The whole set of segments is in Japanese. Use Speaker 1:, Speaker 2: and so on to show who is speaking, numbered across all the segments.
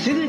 Speaker 1: 役立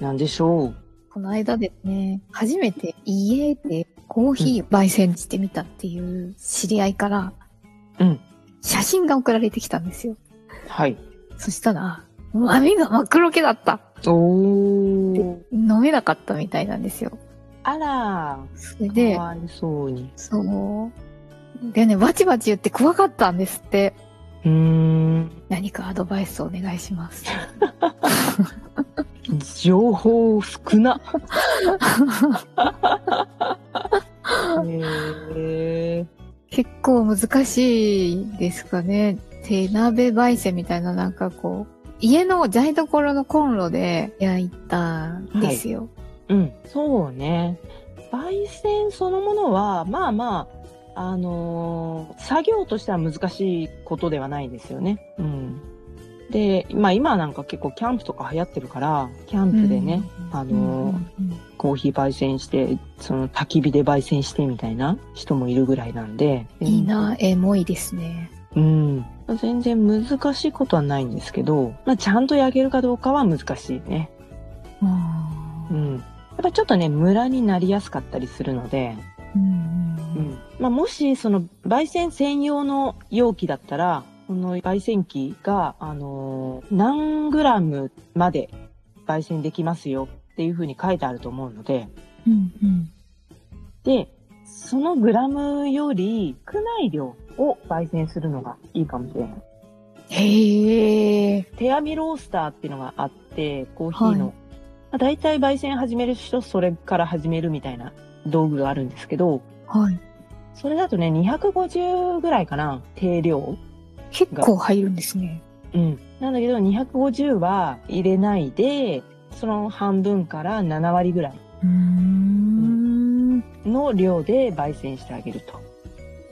Speaker 2: なんでしょう。
Speaker 3: この間ですね、初めて家でコーヒー焙煎してみたっていう知り合いから、
Speaker 2: うん。
Speaker 3: 写真が送られてきたんですよ。
Speaker 2: はい。
Speaker 3: そしたら、豆が真っ黒けだった。
Speaker 2: おー。
Speaker 3: 飲めなかったみたいなんですよ。
Speaker 2: あら
Speaker 3: それ
Speaker 2: ー。
Speaker 3: で
Speaker 2: か、わいそうに。
Speaker 3: そう。でね、バチバチ言って怖かったんですって。
Speaker 2: うーん。
Speaker 3: 何かアドバイスをお願いします。
Speaker 2: 情報少な。へー。
Speaker 3: 結構難しいですかね。手鍋焙煎みたいななんかこう、家の台所のコンロで焼いたんですよ。
Speaker 2: うん。そうね。焙煎そのものは、まあまあ、あのー作業としては難しいことではないですよね。うん。で、まあ今なんか結構キャンプとか流行ってるから、キャンプでね、あ
Speaker 3: うんうんう
Speaker 2: のー
Speaker 3: ん
Speaker 2: コーヒー焙煎して、その焚き火で焙煎してみたいな人もいるぐらいなんで。
Speaker 3: いいな、エモいですね。
Speaker 2: うん。全然難しいことはないんですけど、まあ、ちゃんと焼けるかどうかは難しいね。
Speaker 3: うん
Speaker 2: うん。やっぱちょっとね、ムラになりやすかったりするので、
Speaker 3: うんうん
Speaker 2: まあ、もし、その、焙煎専用の容器だったら、この焙煎機が、あのー何グラムまで焙煎できますよっていうふうに書いてあると思うので、
Speaker 3: うんうん
Speaker 2: で、そのグラムより少ない量を焙煎するのがいいかもしれない。
Speaker 3: へえ。
Speaker 2: 手編みロースターっていうのがあって、コーヒーの。
Speaker 3: は
Speaker 2: まあ、大体焙煎始める人、それから始めるみたいな道具があるんですけど、
Speaker 3: はい。
Speaker 2: それだとね、250ぐらいかな、定量。
Speaker 3: 結構入るんですね。
Speaker 2: うん。なんだけど、250は入れないで、その半分から7割ぐらいう
Speaker 3: ーん。
Speaker 2: の量で焙煎してあげると。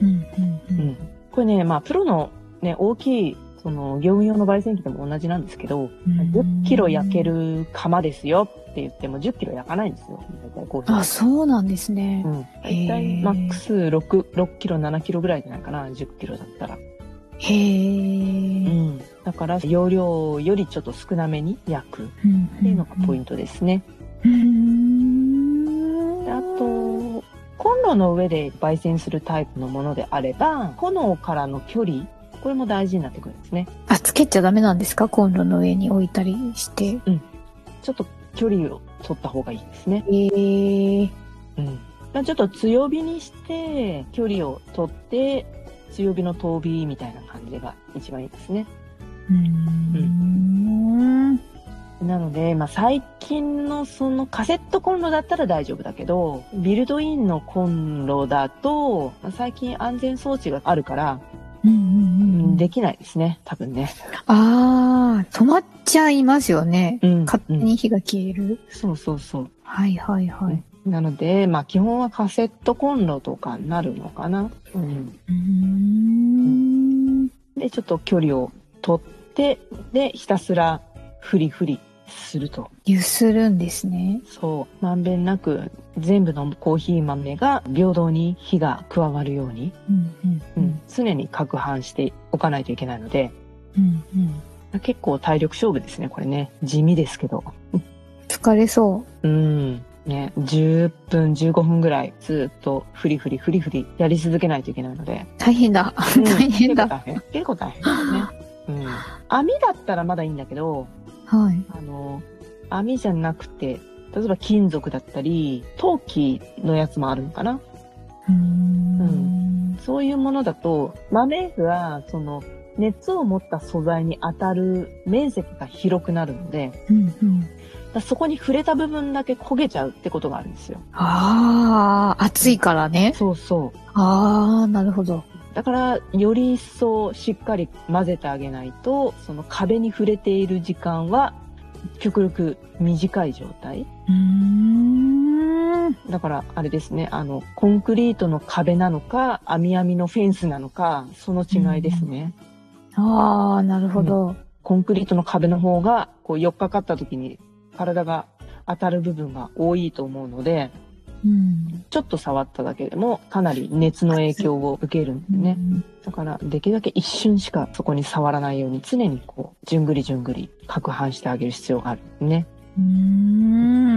Speaker 3: うんうんう
Speaker 2: うんん、これね、まあ、プロの、ね、大きいその業務用の焙煎機でも同じなんですけど、10キロ焼け。る釜ですよって言っても10キロ焼かないんですよ。大体コーヒー
Speaker 3: あ、そうなんですね
Speaker 2: う。ん、大
Speaker 3: へ
Speaker 2: 体
Speaker 3: ー
Speaker 2: マックス6、6キロ、7キロぐらいじゃないかな、10キロだったら。
Speaker 3: へえ。
Speaker 2: うん。だから、容量よりちょっと少なめに焼くっ
Speaker 3: って
Speaker 2: いうのがポイントですね。
Speaker 3: うーん
Speaker 2: であと、コンロの上で焙煎するタイプのものであれば、炎からの距離、これも大事になってくるんですね。
Speaker 3: あ、つけちゃダメなんですかコンロの上に置いたりして。
Speaker 2: ちょっと距離を取った方がいいですね。
Speaker 3: えー、
Speaker 2: うん。まあ、ちょっと強火にして、距離を取って、強火の遠火みたいな感じが一番いいですね。
Speaker 3: うーん。
Speaker 2: なので、まあ、最近のそのカセットコンロだったら大丈夫だけど、ビルドインのコンロだと、まあ最近安全装置があるから、
Speaker 3: うんうんうんうん
Speaker 2: できないですね、多分ね。
Speaker 3: あー、止まっちゃいますよね。
Speaker 2: うん
Speaker 3: 勝手
Speaker 2: うん
Speaker 3: に火が消える。
Speaker 2: そうそうそう。
Speaker 3: はいはいはい。
Speaker 2: なので、まあ、基本はカセットコンロとかになるのかな。うん。
Speaker 3: うーん。
Speaker 2: で、ちょっと距離を取って、で、ひたすらフリフリすると。
Speaker 3: 揺するんですね。
Speaker 2: そう。まんべんなく、全部のコーヒー豆が平等に火が加わるように、
Speaker 3: うんうん
Speaker 2: うん、常に攪拌しておかないといけないので、
Speaker 3: うんうん。
Speaker 2: 結構体力勝負ですね、これね。地味ですけど。
Speaker 3: 疲れそ
Speaker 2: うん。ね、10分、15分ぐらい、ずっとフリフリフリフリやり続けないといけないので
Speaker 3: う。。大変だ。
Speaker 2: う ん
Speaker 3: 大変だ。
Speaker 2: 結構大変。結構大変ですね。うん。網だったらまだいいんだけど、
Speaker 3: はい。
Speaker 2: あの、網じゃなくて、例えば金属だったり、陶器のやつもあるのかな
Speaker 3: うーん。
Speaker 2: そういうものだと、豆が、その、熱を持った素材に当たる面積が広くなるので、
Speaker 4: うんうん。
Speaker 2: だからそこに触れた部分だけ焦げちゃうってことがあるんですよ。
Speaker 3: ああ、暑いからね。
Speaker 2: そうそう。
Speaker 3: ああ、なるほど。
Speaker 2: だから、より一層しっかり混ぜてあげないと、その壁に触れている時間は、極力短い状態。
Speaker 3: うーん。
Speaker 2: だから、あれですね、あの、コンクリートの壁なのか、網網のフェンスなのか、その違いですね。
Speaker 3: ああ、なるほど。
Speaker 2: コンクリートの壁の方が、こう、寄っかかった時に、体が当たる部分が多いと思うので、
Speaker 3: うん。
Speaker 2: ちょっと触っただけでも、かなり熱の影響を受けるんでね。だから、できるだけ一瞬しかそこに触らないように、常にこう、じゅんぐりじゅんぐり、攪拌してあげる必要があるんですね。
Speaker 3: うー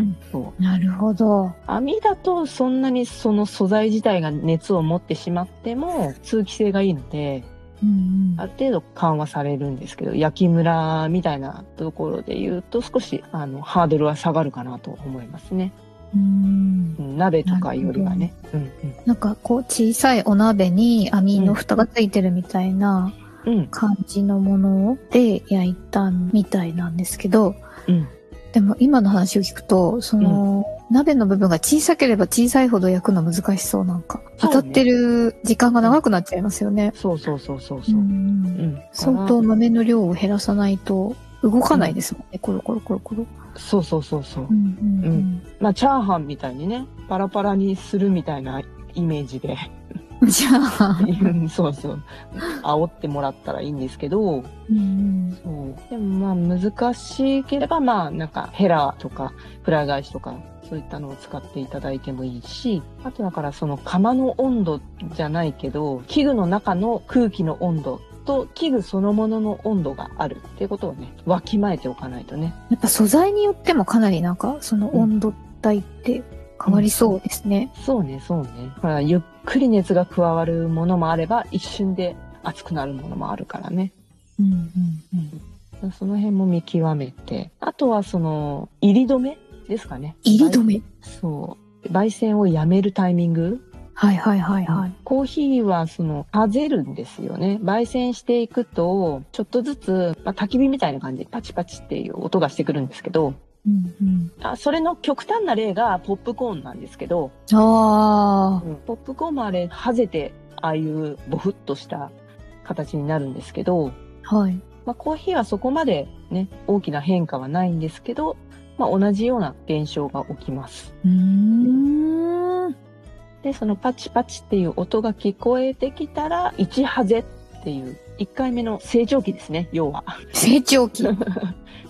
Speaker 3: ん。
Speaker 2: そう。
Speaker 3: なるほど。
Speaker 2: 網だとそんなにその素材自体が熱を持ってしまっても通気性がいいので
Speaker 3: うん
Speaker 2: ある程度緩和されるんですけど焼きムラみたいなところで言うと少しあのハードルは下がるかなと思いますね、
Speaker 3: うん。うん
Speaker 2: うん鍋とかよりはね、うん
Speaker 3: なんかこう小さいお鍋に網の蓋がついてるみたいな
Speaker 2: うんうん
Speaker 3: 感じのもので焼いたみたいなんですけど、
Speaker 2: うん
Speaker 3: でも今の話を聞くと、その、鍋の部分が小さければ小さいほど焼くの難しそうなんか、当
Speaker 2: そうね
Speaker 3: たってる時間が長くなっちゃいますよね。
Speaker 2: そうそうそうそうそう、
Speaker 3: う
Speaker 2: うん
Speaker 3: ん相
Speaker 2: だ
Speaker 3: 当
Speaker 2: か
Speaker 3: 豆の量を減らさないと動かないですもんね、コロコロコロコロ。
Speaker 2: らそうそうそうそう、
Speaker 3: うん
Speaker 2: うんまあチャーハンみたいにねパラパラにするみたいなイメー ジで
Speaker 3: じゃあ、
Speaker 2: うんそうそう煽ってもらったらいいんですけど
Speaker 3: うん
Speaker 2: そう。でもまあ難しければまあなんかヘラとかフライ返しとかそういったのを使っていただいてもいいし、あとだからその釜の温度じゃないけど、器具の中の空気の温度と器具そのものの温度があるっていうことをね、わきまえておかないとね。
Speaker 3: やっぱ素材によってもかなりなんかその温度帯って変わりそうですね。
Speaker 2: そうね、そうね。ほらゆっくり熱が加わるものもあれば、一瞬で熱くなるものもあるからね。
Speaker 3: うん
Speaker 2: その辺も見極めて。あとはその、入り止めですかね。
Speaker 3: 入り止め。
Speaker 2: そう。焙煎をやめるタイミング、
Speaker 3: はいはいはいはい。
Speaker 2: コーヒーはその、混ぜるんですよね。焙煎していくと、ちょっとずつ、まあ、焚き火みたいな感じでパチパチっていう音がしてくるんですけど、
Speaker 3: うんうん、
Speaker 2: あそれの極端な例がポップコーンなんですけど、
Speaker 3: ああ、
Speaker 2: ポップコーンもあれ、はぜて、ああいうボフっとした形になるんですけど、
Speaker 3: はい。
Speaker 2: まあ、コーヒーはそこまでね、大きな変化はないんですけど、まあ、同じような現象が起きます。
Speaker 3: うーん。
Speaker 2: で、そのパチパチっていう音が聞こえてきたら、1ハゼっていう、1回目の成長期ですね、要は。
Speaker 3: 成長期。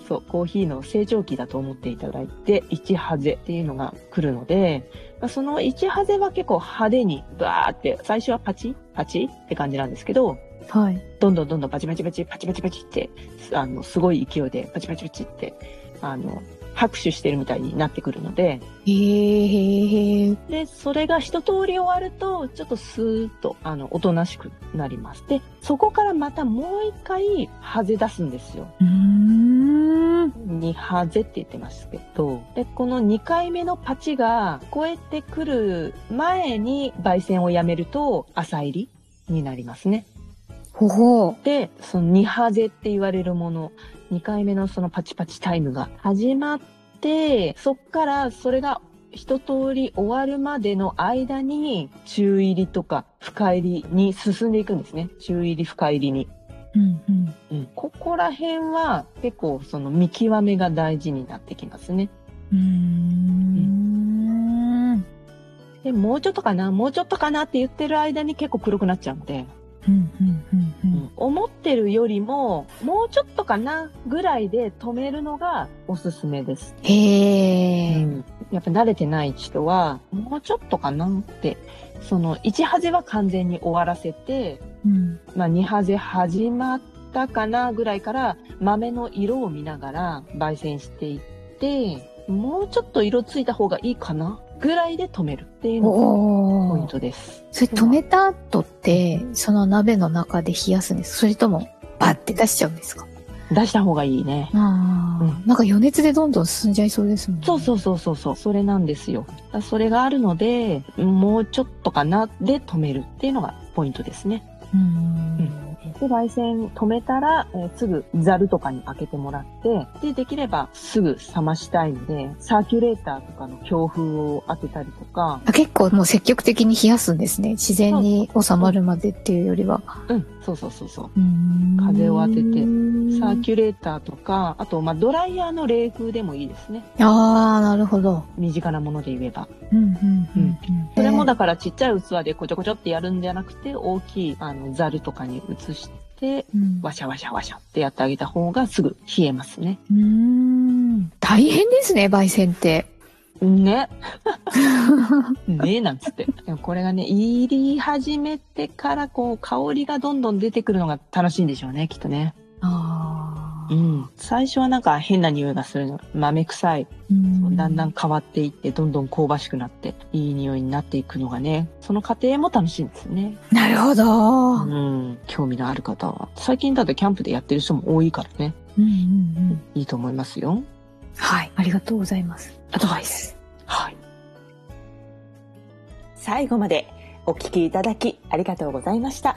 Speaker 2: そう、コーヒーの成長期だと思っていただいて、1ハゼっていうのが来るので、まあ、その1ハゼは結構派手に、バーって、最初はパチパチって感じなんですけど、
Speaker 3: はい。
Speaker 2: どんどんどんどんパチパチパチ、パチパチパチって、あの、すごい勢いで、パチパチパチって、あの、拍手してるみたいになってくるので、
Speaker 3: へえ。
Speaker 2: で、それが一通り終わると、ちょっとスーッと、あの、おとなしくなります。で、そこからまたもう一回、ハゼ出すんですよ。
Speaker 3: うーん。
Speaker 2: にハゼって言ってますけど。で、この2回目のパチが、超えてくる前に、焙煎をやめると、朝入りになりますね。
Speaker 3: ほほう。
Speaker 2: で、その2ハゼって言われるもの、2回目のそのパチパチタイムが始まって、そっからそれが一通り終わるまでの間に、中入りとか深入りに進んでいくんですね。中入り深入りに。
Speaker 3: うんうん。
Speaker 2: うん、ここら辺は結構その見極めが大事になってきますね。
Speaker 3: うーん。
Speaker 2: で、もうちょっとかな、もうちょっとかなって言ってる間に結構黒くなっちゃうので。
Speaker 3: うんうんうんうん。
Speaker 2: 思ってるよりも、もうちょっとかなぐらいで止めるのがおすすめです。
Speaker 3: へえ。
Speaker 2: やっぱ慣れてない人は、もうちょっとかなって、その、1ハゼは完全に終わらせて、
Speaker 3: うん。
Speaker 2: まあ、2ハゼ始まったかなぐらいから、豆の色を見ながら焙煎していって、もうちょっと色ついた方がいいかなぐらいで止めるっていうのが
Speaker 3: お
Speaker 2: ポ
Speaker 3: お
Speaker 2: イン。トです。
Speaker 3: それ止めた後って、その鍋の中で冷やすんですそれとも、バッて出しちゃうんですか
Speaker 2: 出した方がいいね。
Speaker 3: ああ、
Speaker 2: う
Speaker 3: なんか余熱でどんどん進んじゃいそうですもんね。
Speaker 2: そうそうそうそうそう。それなんですよ。だからそれがあるので、もうちょっとかなで止めるっていうのがポイントですね。
Speaker 3: うん。
Speaker 2: で、焙煎止めたら、えーすぐザルとかに開けてもらって、で、できればすぐ冷ましたいので、サーキュレーターとかの強風を当てたりとか、
Speaker 3: あ結構もう積極的に冷やすんですね。自然に収まるまでっていうよりは。
Speaker 2: うん、そうそうそうそう。風
Speaker 3: 風
Speaker 2: を当ててサー
Speaker 3: ュ
Speaker 2: キュレーターとか、あと、まあ、ドライヤーの冷風でもいいですね。
Speaker 3: ああ、なるほど。
Speaker 2: 身近なもので言えば。
Speaker 3: うんうん
Speaker 2: うんうんそれも
Speaker 3: だ。
Speaker 2: だからちっちゃい器でこちょこちょってやるんじゃなくて、大きい、あの、ザルとかに移して、
Speaker 3: うん
Speaker 2: ワシャワシャワシャってやってあげた方がすぐ冷えますね。
Speaker 3: うーん大変ですね、焙煎って。
Speaker 2: ね。ねえなんつって。でもこれがね、入り始めてから、こう、香りがどんどん出てくるのが楽しいんでしょうね、きっとね。
Speaker 3: あ
Speaker 2: う
Speaker 3: あ。
Speaker 2: ん。最初はなんか変な匂いがするの。豆臭い。
Speaker 3: うん
Speaker 2: だんだん変わっていって、どんどん香ばしくなって、いい匂いになっていくのがね、その過程も楽しいんですよね。
Speaker 3: なるほど。
Speaker 2: う
Speaker 3: うん
Speaker 2: ん。興味のある方は。最近だとキャンプでやってる人も多いからね、
Speaker 3: うんうん。
Speaker 2: いいと思いますよ。
Speaker 3: はい。ありがとうございます。アドバイス。
Speaker 2: はい。
Speaker 1: 最後までお聞きいただきありがとうございました。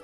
Speaker 1: う。